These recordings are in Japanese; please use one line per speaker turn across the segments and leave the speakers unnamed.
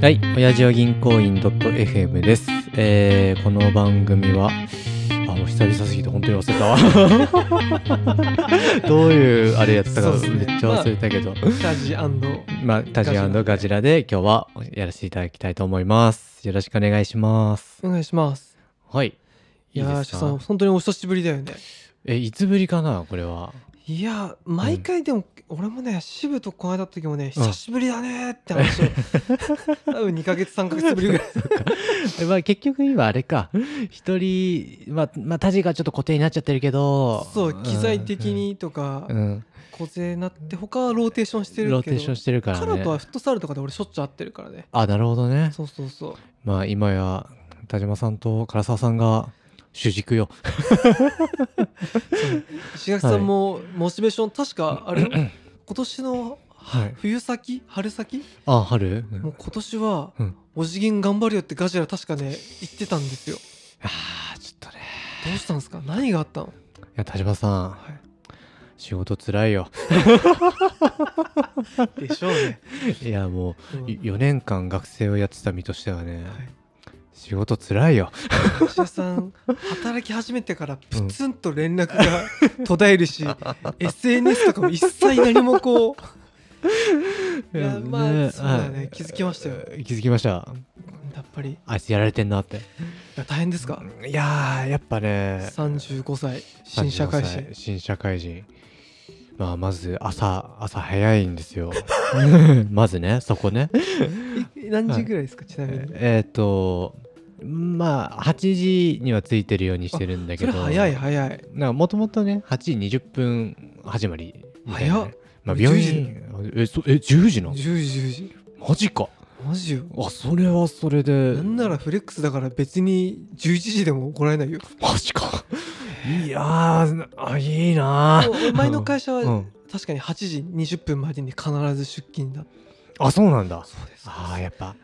はい、親父は銀行員 .fm です。えー、この番組は、あ、もう久々すぎて本当に忘れたわ。 どういうあれやったか
そうっす
め
ね
っちゃ忘れたけど。
タジアンド
まあ、タジアンドガジラで今日はやらせていただきたいと思います。よろしくお願いします。
お願いします
はい。
いや
いい
ー
です
し
か
ょさん本当にお久しぶりだよね
え、いつぶりかなこれは。
いやー毎回でも、俺もね渋とこの間会った時もね久しぶりだねーって 話を、多分2ヶ月3ヶ月ぶりぐらい
え まあ、結局今あれか。一人、まあ、まあ、タジがちょっと固定になっちゃってるけど。
そう機材的にとか
うん。うん。
小勢になって他はローテーションしてるけど
ローテーションしてるからね。
カナとはフットサルとかで俺しょっちゅう会ってるからね
あ、なるほどね。
そうそうそう
まあ今や田島さんと唐沢さんが主軸よ。
石垣さんもモチベーション確かあれよ 今年の
はい。
冬先春先
あ、春、うん
もう今年は
うん
お辞儀頑張るよってガジラ確かね言ってたんですよ
ああ、ちょっとね。
どうしたんですか何があったの、
いや、田島さん、
は
仕事つらいよ。
い、でしょうね、
いや、も
うん
う、4年間学生をやってた身としてはね、
はい
仕事つらいよ。
石田さん働き始めてからプツンと連絡 が途絶えるし、SNS とかも一切何もこういやまあそうだね気づきましたよ
よ。気づきました。
やっぱりい
あいつやられてんなって。
や大変ですか
いやー、やっぱね、
35歳新社会
35
人
歳新社会人まあまず朝朝早いんです よまずねそこね
え何時ぐらいですか、ちなみに、
えっ、とまあ8時にはついてるようにしてるんだけ
そ
ど
れ早い早い
なんかもともとね8時20分始まりみたいなね
早っ
まあ、
俺
病院えそえ10時な
10
の
時10時
マジか
マジよ
あそれはそれで
なんならフレックスだから別に11時でも怒られないよ
マジかいやーあいいなー
おお前の会社
う
は
ん
確かに8時20分までに必ず出勤だ
あそうなんだ
そうです
あーやっぱ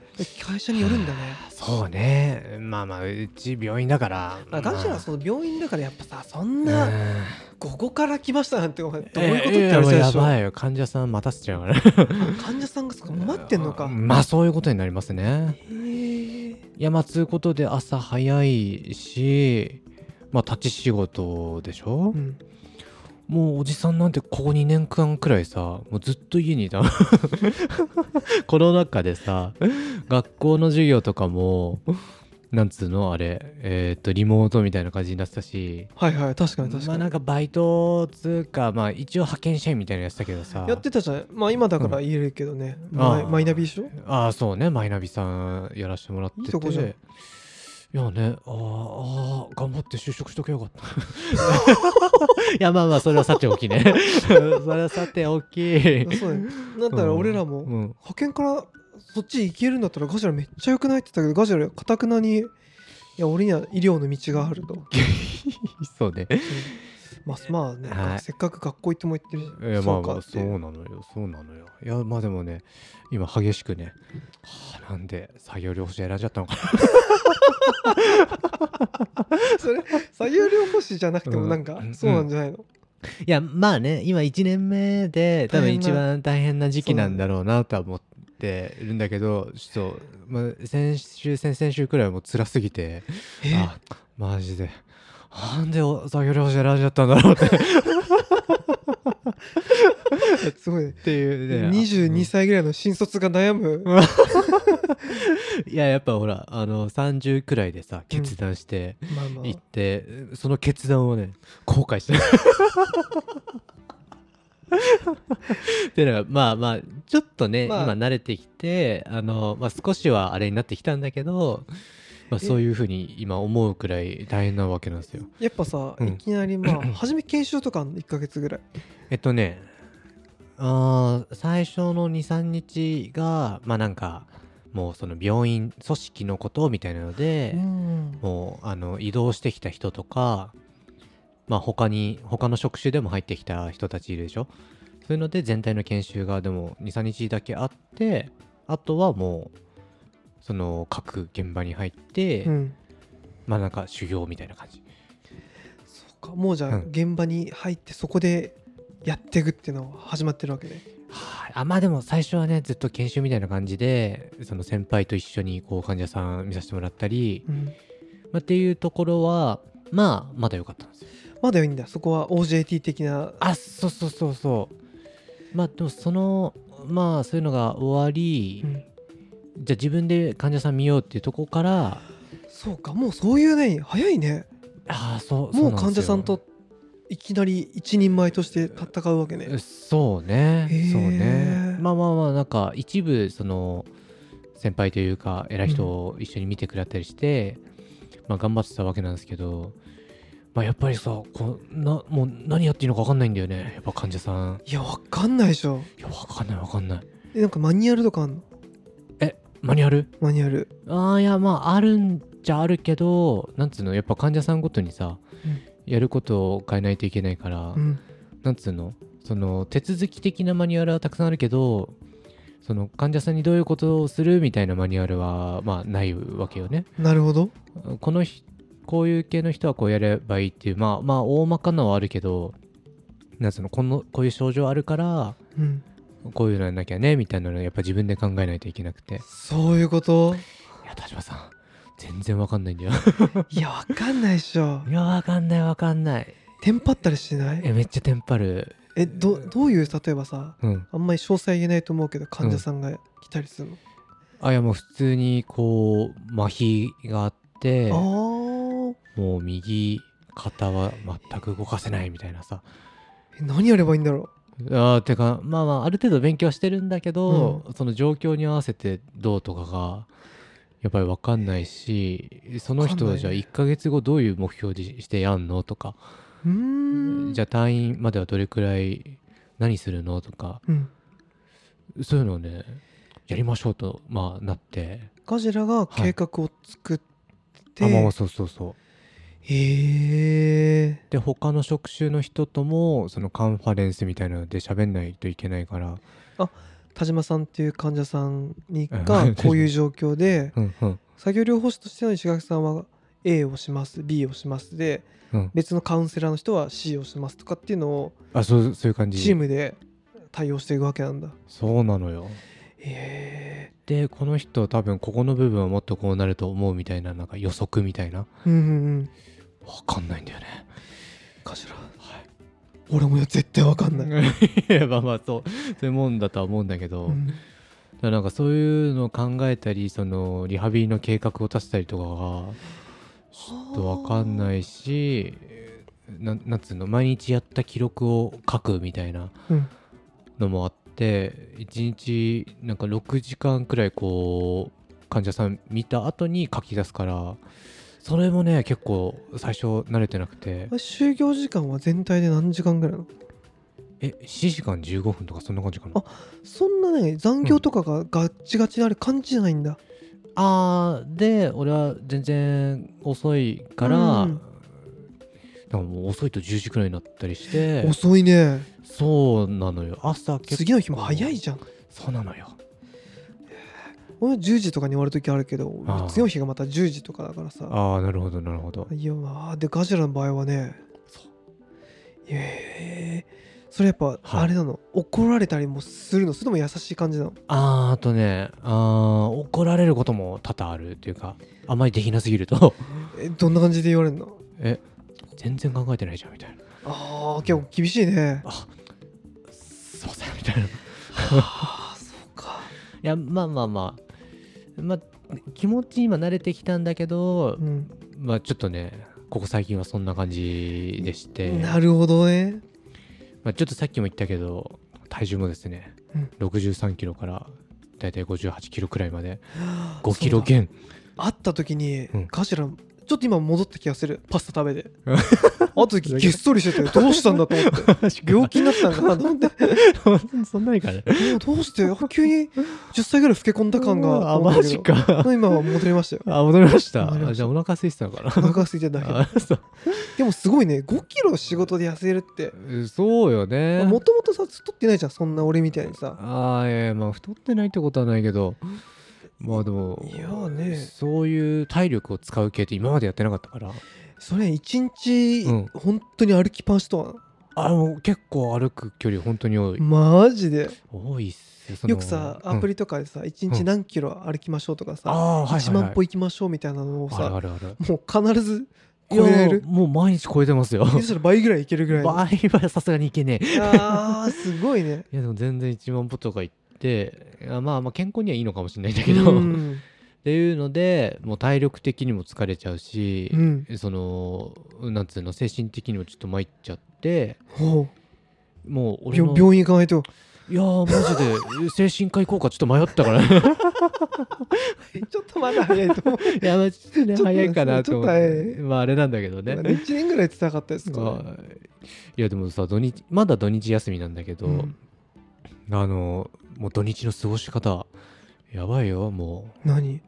会社によるんだね
そうねまあまあうち病院だから
あガジラは
う
その病院だからやっぱさそん
な
な午後から来ましたなんてお前どう
どうい
いうう
こ
こ
っ
ととってて
や
話
ばい
で
や
しょ
ばいよ患者さん待たせちゃうからね
患者さんが そっか待ってんのか
まあそういうことになりますね
へー
いやまあつうことで朝早いしまあ立ち仕事でしょ、
うん
もうおじさんなんてここ2年間くらいさもうずっと家にいた コロナ禍でさ学校の授業とかもなんつうのあれえーっとリモートみたいな感じになってたし
はいはい確かに確
ま
か
あ
に
なんかバイトつうかまあ一応派遣社員みたいなやつだけどさ
やってたじゃんまあ今だから言えるけどね
うん
マイ
あー
マイナビでしょ
ああそうねマイナビさんやらせてもらってて
いいとこじゃん
いやねあーあー頑張って就職しとけよかった いやまあまあそれはさておきね それはさておき
そうだねなんだら俺らも
うん
派遣からそっち行けるんだったらガジラめっちゃ良くないって言ったけどガジラかたくなにいや俺には医療の道があ ると
そうね
まあまあね、
はい
せっかく学校行っても行ってるし、
いやまあま
か
あ
って
そうなのよそうなのよいやまあでもね今激しくねはあなんで作業療法士選んじゃったのかな
それ作業療法士じゃなくて
う
も
ん
なんか、
うん
そうなんじゃないの、
いやまあね今1年目で多分
大変な
一番大変な時期なんだろうなとは思ってるんだけどちょっと、まあ、先週先々週くらいはもう辛すぎて
え
あマジでなんでお作業療法士選んじゃったんだろうってっ
すごいね
ていうね
22歳ぐらいの新卒が悩む、
んいややっぱほらあの30くらいでさ決断して
まあ まあ
行って、その決断をね後悔 してるっていうのがまあまあちょっとね、
まあ
今慣れてきてあの、まあ、少しはあれになってきたんだけど、まあ、
え
そういうふうに今思うくらい大変なわけなんですよ。
やっぱさ、
うん
いきなりまあ初め研修とか1か月ぐらい
えっとねあー最初の23日がまあなんかもうその病院組織のことみたいなので。
うん
もうあの移動してきた人とか、まあ、他に他の職種でも入ってきた人たちいるでしょそういうので全体の研修がでも23日だけあってあとはもうその各現場に入って、
うん
まあなんか修行みたいな感じ
そうかもうじゃあ
うん
現場に入ってそこでやっていくっていうのは始まってるわけで、
ははい、あまあでも最初はねずっと研修みたいな感じでその先輩と一緒にこう患者さん見させてもらったり、
うん
まあ、っていうところはまあまだ良かったんですよ
まだいいんだそこは OJT 的な
あそうそうそうそうまあでもそのまあそういうのが終わり、
うん
じゃあ自分で患者さん見ようっていうところから
そうかもうそういうね早いね
ああそう
も
そう
う
なん
患
で
者
すよ
さんといきなり一人前として戦うわけね
そうね
へー
そうねまあまあまあなんか一部その先輩というか偉い人を一緒に見てくれたりして、まあ頑張ってたわけなんですけどまあやっぱりさこうなもう何やっていいのか分かんないんだよねやっぱ患者さん
いやわかんないでしょ
いや分かんない分かんない
えなんかマニュアルとかあんの
えマニュアル
マニュアル
ああいやまああるんじゃあるけどなんつうのやっぱ患者さんごとにさ、
うん
やることを変えないといけないから、
うん
なんつうのその手続き的なマニュアルはたくさんあるけどその患者さんにどういうことをするみたいなマニュアルはまあないわけよね。
なるほど
このひこういう系の人はこうやればいいっていうまあまあ大まかなはあるけどなんつうのこのこういう症状あるから
うん
こういうのやんなきゃねみたいなのをやっぱ自分で考えないといけなくて
そういう こと
いや田島さん全然わかんないんだよ
いやわかんないでしょ
いやわかんないわかんない
テンパったりしない
えめっちゃテンパる
えどどういう例えばさ
うん
あんまり詳細言えないと思うけど患者さんが来たりするの、
あいやもう普通にこう麻痺があって
ああ
もう右肩は全く動かせないみたいなさ
え何やればいいんだろ
あーてかまあまあある程度勉強してるんだけど、その状況に合わせてどうとかがやっぱり分かんないしその人
わかんな
はいじゃあ1ヶ月後どういう目標にしてやんのとか、
ううーん
じゃあ退院まではどれくらい何するのとか
うん
そういうのをねやりましょうと、まあ、なって
ガジラが計画を作って、
あまあまあそうそうそう
へえ
で他の職種の人ともそのカンファレンスみたいなので喋んないといけないから
田島さんっていう患者さんに
うん
がこういう状況で
うんうん
作業療法士としての石垣さんは A をします B をしますで
うん
別のカウンセラーの人は C をしますとかっていうのを
あそうそういう感じ
チームで対応していくわけなんだ
そうなのよ
へえ
でこの人多分ここの部分はもっとこうなると思うみたいななんか予測みたいな
うんうんうん
わかんないんだよね
ガジラ
はい
俺も絶対わかんない、
いやまあまあそうそういうもんだとは思うんだけど、
うん
だからなんかそういうのを考えたりそのリハビリの計画を立てたりとかがちょっとわかんないしななんつうの毎日やった記録を書くみたいな
うん
のもあって1日なんか6時間くらいこう患者さん見た後に書き出すからそれもね結構最初慣れてなくて
あ就業時間は全体で何時間ぐらいなの
え4時間15分とかそんな感じかな
あそんなね残業とかがガッチガチなあれ感じじゃないんだ、
あーで俺は全然遅いから、
うん
なんかもう遅いと10時くらいになったりして
遅いね
そうなのよ朝結構
次の日も早いじゃん
そうなのよ
俺10時とかに終わる時あるけど
あー
次の日がまた10時とかだからさ
ああなるほどなるほど
いやまあでガジラの場合はね
そ
ええそれやっぱ
はい
あれなの、怒られたりもするのそれとも優しい感じなの
あーあとねあー怒られることも多々あるっていうかあまりできなすぎる と
えどんな感じで言われるの
え全然考えてないじゃんみたいな
ああ結構厳し いね
あすいませんみ たいない
ああそうか
やまあまあまあまあ気持ち今慣れてきたんだけど
う、ん、
まあちょっとねここ最近はそんな感じでして、
なるほどね
まあ、ちょっとさっきも言ったけど体重もですね、6 3キロからだいたい5 8キロくらいまで5キロ
そうだ
減
会った時に、
うん
ガジラちょっと今戻った気がするパスタ食べ て会った時げっそりしててどうしたんだと思って 病気になったんかなと思って
そんなにかね
えどうしてあ急に10歳ぐらい老け込んだ感 が
あ
思った
マ
けど
ジか
今は戻り ましたよ
あ戻りました
戻りました
あじゃあお腹空いてたのかな
お腹が空いてるだけ
あそう
でもすごいね5キロ仕事で痩せるって
えそうよね
もともとさ太ってないじゃんそんな俺みたいにさ
ああいやいやまあ太ってないってことはないけどまあでも
いやーね
そういう体力を使う系って今までやってなかったから
それ一日、
うん
本当に歩きパンしとは
あの結構歩く距離本当に多い、
マジで
多いっすよその
よくさアプリとかでさ一日何キロ歩きましょうとか
うん、あ
さ、
あはい
1
はい、は
万
い、
歩行きましょうみたいなのを
ある
さ
あるある
もう必ず超えられ
い
る
やもう毎日超えてますよ
それ倍ぐらいいけるぐらい
場合
の
はさすがにいけねえ
いやーすごいね
いやでも全然1万歩とか行っていやまあまあ健康にはいいのかもしれないんだ
う
けど、っ
ん、
ていうのでもう体力的にも疲れちゃうし
う、ん、
そのなんつうの精神的にもちょっと参っちゃって
ほ
もう
う
俺の
病病院行かないと
いやーマジで精神科行こうかちょっと迷った からい
ちょっとまだ早いと思う
やまあちょっとね
ちょっ と
早いかなと思っ
ちょっと
て
早
まああれなんだけどね
まだ1年ぐらいやってなかったですからね、
いやでもさ土日まだ土日休みなんだけど、
うん
あのもう土日の過ごし方やばいよもう
何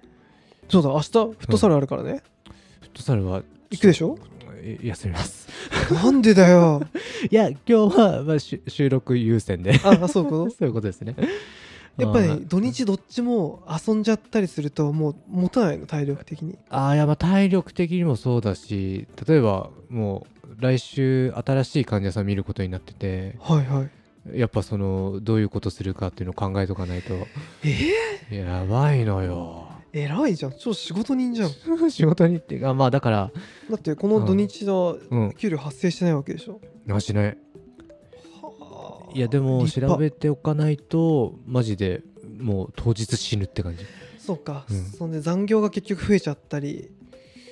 そうだ明日フットサルあるからね、
フットサルは
行くでしょ
え休みます
なんでだよ
いや今日は、 まあ、しゅ収録優先で
ああそうか
そういうことですね
やっぱり、
まあ
土日どっちも遊んじゃったりするともう持たないの体力的に
あーいやまあ体力的にもそうだし例えばもう来週新しい患者さん見ることになってて
はいはい
やっぱそのどういうことするかっていうのを考えとかないと
え
やばいの よ
え偉いじゃん超仕事人じゃん
仕事にってあまあだから
だってこの土日の
うん
給料発生してないわけでしょ、
あしない
はあ
いやでも
立
調
派
べておかないとマジでもう当日死ぬって感じ
そうか、
うん
そんで残業が結局増えちゃったり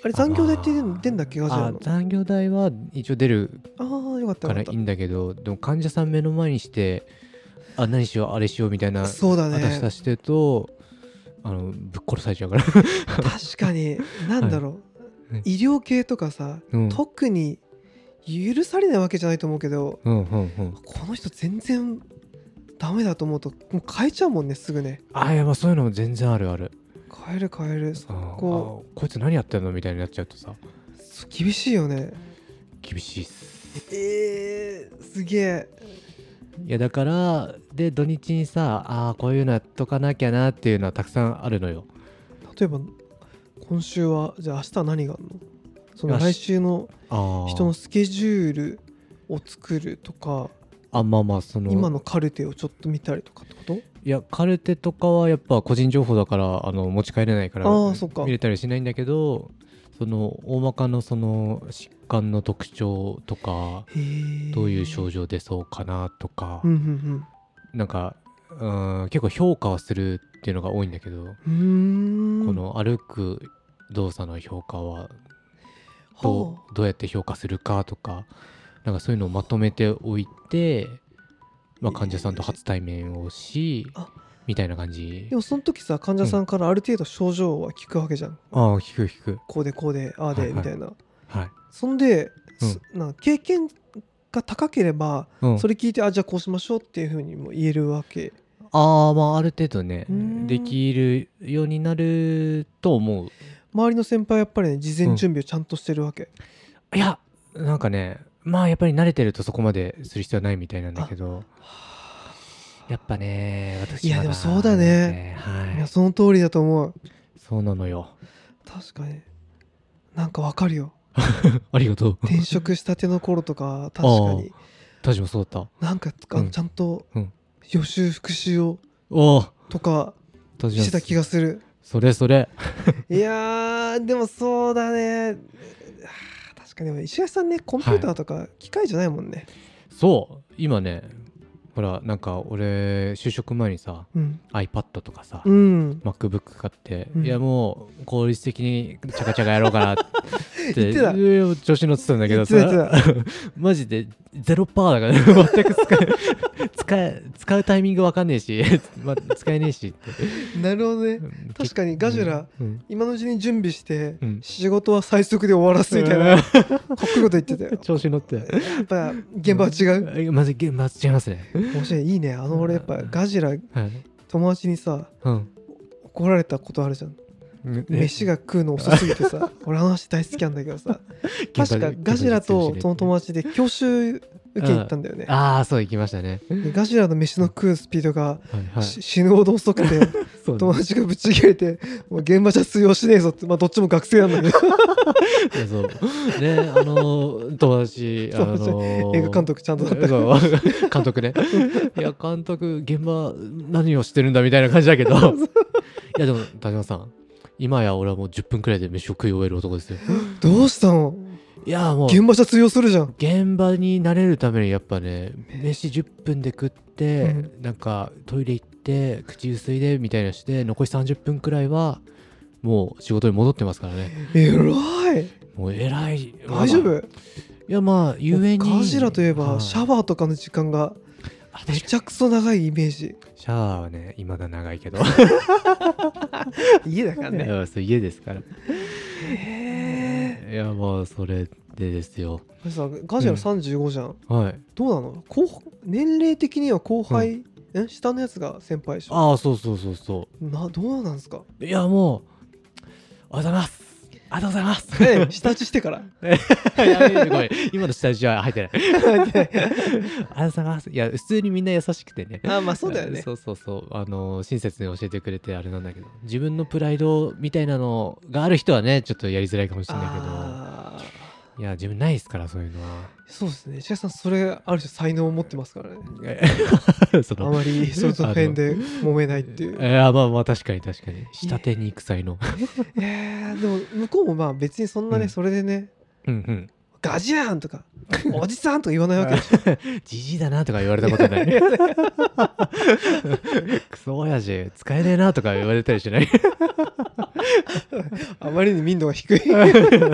あれ残業代って出
あまあ
出んだっけガジラ
あ
の
残業代は一応出る
ああよかった
か
よからっ
い
た
いんだけどでも患者さん目の前にしてあ何しようあれしようみたいな
そうだ
私
ね
さしてるとあのぶっ殺されちゃうから
確かになんだろう、
はい
医療系とかさ、
うん
特に許されないわけじゃないと思うけど
うんうんうん
この人全然ダメだと思うともう変えちゃうもんねすぐね
あいやまあそういうのも全然あるある
変える変えるそ
あー
こ
あーこいつ何やってんのみたいになっちゃうとさ
そう厳しいよね
厳しいっす
えー、すげえ
いやだからで土日にさあーこういうのやっとかなきゃなっていうのはたくさんあるのよ
例えば今週はじゃあ明日は何があるのその
よし
来週の
あ
人のスケジュールを作るとか
あまあまあその
今のカルテをちょっと見たりとかってこと
いやカルテとかはやっぱ個人情報だからあの持ち帰れないから
あーそっか
見れたりはしないんだけどその大まかのその疾患の特徴とか
へえ
どういう症状出そうかなとか、
うんうん
なんかうん結構評価はするっていうのが多いんだけど、
うんうーん
この歩く動作の評価はどう,、
は
どうやって評価するかとかなんかそういうのをまとめておいて、まあ、患者さんと初対面をし、
あ
みたいな感じ
あでもその時さ患者さんからある程度症状は聞くわけじゃん、
ああ聞く聞く
こうでこうでああ
は
で
いはい
みたいな、
はい、
そんで、すなんか経験が高ければ、
うん、
それ聞いてあじゃあこうしましょうっていうふうにも言えるわけ
ああまあある程度ね
うーん
できるようになると思う
周りの先輩はやっぱりね事前準備をちゃんとしてるわけ、
いやなんかねまあやっぱり慣れてるとそこまでする必要はないみたいなんだけどやっぱね私
いや
ま
でもそうだね
はいい
やその通りだと思う
そうなのよ
確かになんかわかるよ
ありがとう
転職したての頃とか確かに
私もそうだった
なんかあの
うん
ちゃんと
うん
予習復習を
おお
とか
私も
してた気がする
それそれ
いやーでもそうだねあー確かにでも石橋さんねコンピューターとか機械じゃないもんね、
そう今ねほらなんか俺就職前にさ
うん、
iPad とかさ、
うん、
MacBook 買って、
うん
いやもう効率的にチャカチャカやろうかなって
言ってた
うん調子乗ってたんだけどさ
言ってた
マジで0%だから、ね、全く使え 使え使うタイミングわかんねえし、 ま、使えねえし
なるほどね
って
確かにガジュラ、
うん
今のうちに準備して、
うん
仕事は最速で終わらすみたい な、かっこいいこと言ってたよ
調子乗って
やっぱ現場は違う、
うんまず現場は違いますね、
面白いいいねあの俺やっぱガジラ
はい
友達にさ
うん
怒られたことあるじゃん飯が食うの遅すぎてさ俺あの話大好きなんだけどさ
場で
確かガジラとその友達で教習受けに行ったんだよね
ああそう行きましたね、
でガジラの飯の食うスピードが
は いはい、
し死ぬほど遅くて
そうね
友達がぶち切れてもう現場じゃ通用しねえぞってまあどっちも学生なんだけど
いやそうねあの友達あ
友達
の
映画監督ちゃんとだったから
そう 監督ねいや監督現場何をしてるんだみたいな感じだけど いやでも田島さん今や俺はもう10分くらいで飯を食い終える男ですよ
どうしたの
いやもう
現場じゃ通用するじゃん
現場に慣れるためにやっぱね飯10分で食って、
う
なんかトイレ行って口薄いでみたいなして残り30分くらいはもう仕事に戻ってますからね
えらい
もう偉い
大
まあ
丈夫
いやまあゆえに
ガジラといえばシャ
ワ
ワーとかの時間がめ
ー
ちゃくそ長いイメージ
シャワーはね未だ長いけど
家だか らね
そう家ですから
へえ
いやまあそれでですよ
さガジラ35じゃん、
はい
どうなの後輩年齢的には後輩、え下のやつが先輩でしょ
ああそうそうそうそ
などうなんですか
ういやもうおはようございますありがとうございます
ねえ下地してから
やめてごめ ん今の下地は入ってない
あ
ありがとうございます。いや、普通にみんな優しくてね。
まあ そうだよね
そうそうそう。あの、親切に教えてくれてあれなんだけど、自分のプライドみたいなのがある人はね、ちょっとやりづらいかもしれない
あ
けど、いや、自分ないですから、そういうの は。
ーそうですね石橋さんそれある種才能を持ってますからね
そ
あ
の、
まりそれと辺で揉めないってい
いうや、まあまあ、確かに確かに。下手に行く際の。
えーでも向こうもまあ別にそんなね、
うん
それでね
うん
ガジラーンとかおじさんとか言わないわけでし
うん。じじいだなとか言われたことない。 クソ親父、使えねえなとか言われたりしない。
ょあまりに民度が 低い
確かに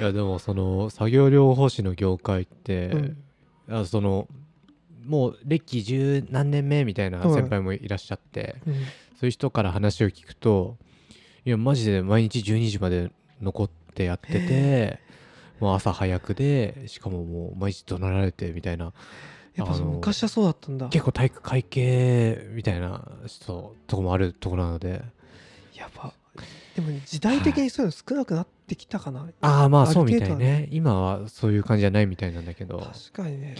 いやでもその作業療法士の業界って、
うん
あそのもう歴十何年目みたいな
はい
先輩もいらっしゃって、そういう人から話を聞くといやマジで毎日12時まで残ってやっててもう朝早くでしかももう毎日怒鳴られてみたいな
やっぱそ
あ
の
の
昔はそうだったんだ
結構体育会系みたいな人とこもあるところなので
やばでも時代的にそういうの少なくなってきたかな、
ああまあ
ある
そうみ
程
た
度
い
はね
ね今はそういう感じじゃないみたいなんだけど
確かにね、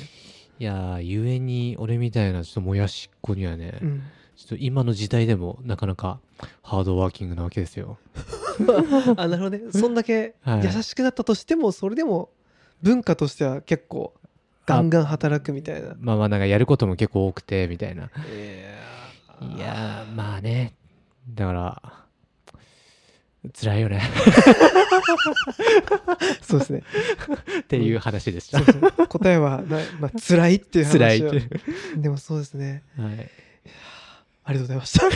いやー、ゆえに俺みたいなちょっともやしっこにはね、
うん、
ちょっと今の時代でもなかなかハードワーキングなわけですよ。
あなるほどね そんだけ
はい
優しくなったとしても、それでも文化としては結構ガンガン働くみたいな
まあまあなんかやることも結構多くてみたいな。
い
いやー、まあね。だから、辛いよね
そうですね
っていう話でし
そ
た
う。そう答えはな、まあ、辛いっていう話
辛いっ
を
ていう。
でもそうですね
はい、
ありがとうございました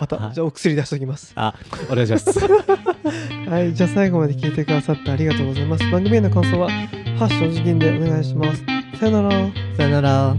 また、
はい
じゃあお薬出しておきます
あ、お願いします。
はい、じゃあ最後まで聞いてくださってありがとうございます。番組への感想は、ハッシュお辞儀でお願いします。さよなら。
さよなら。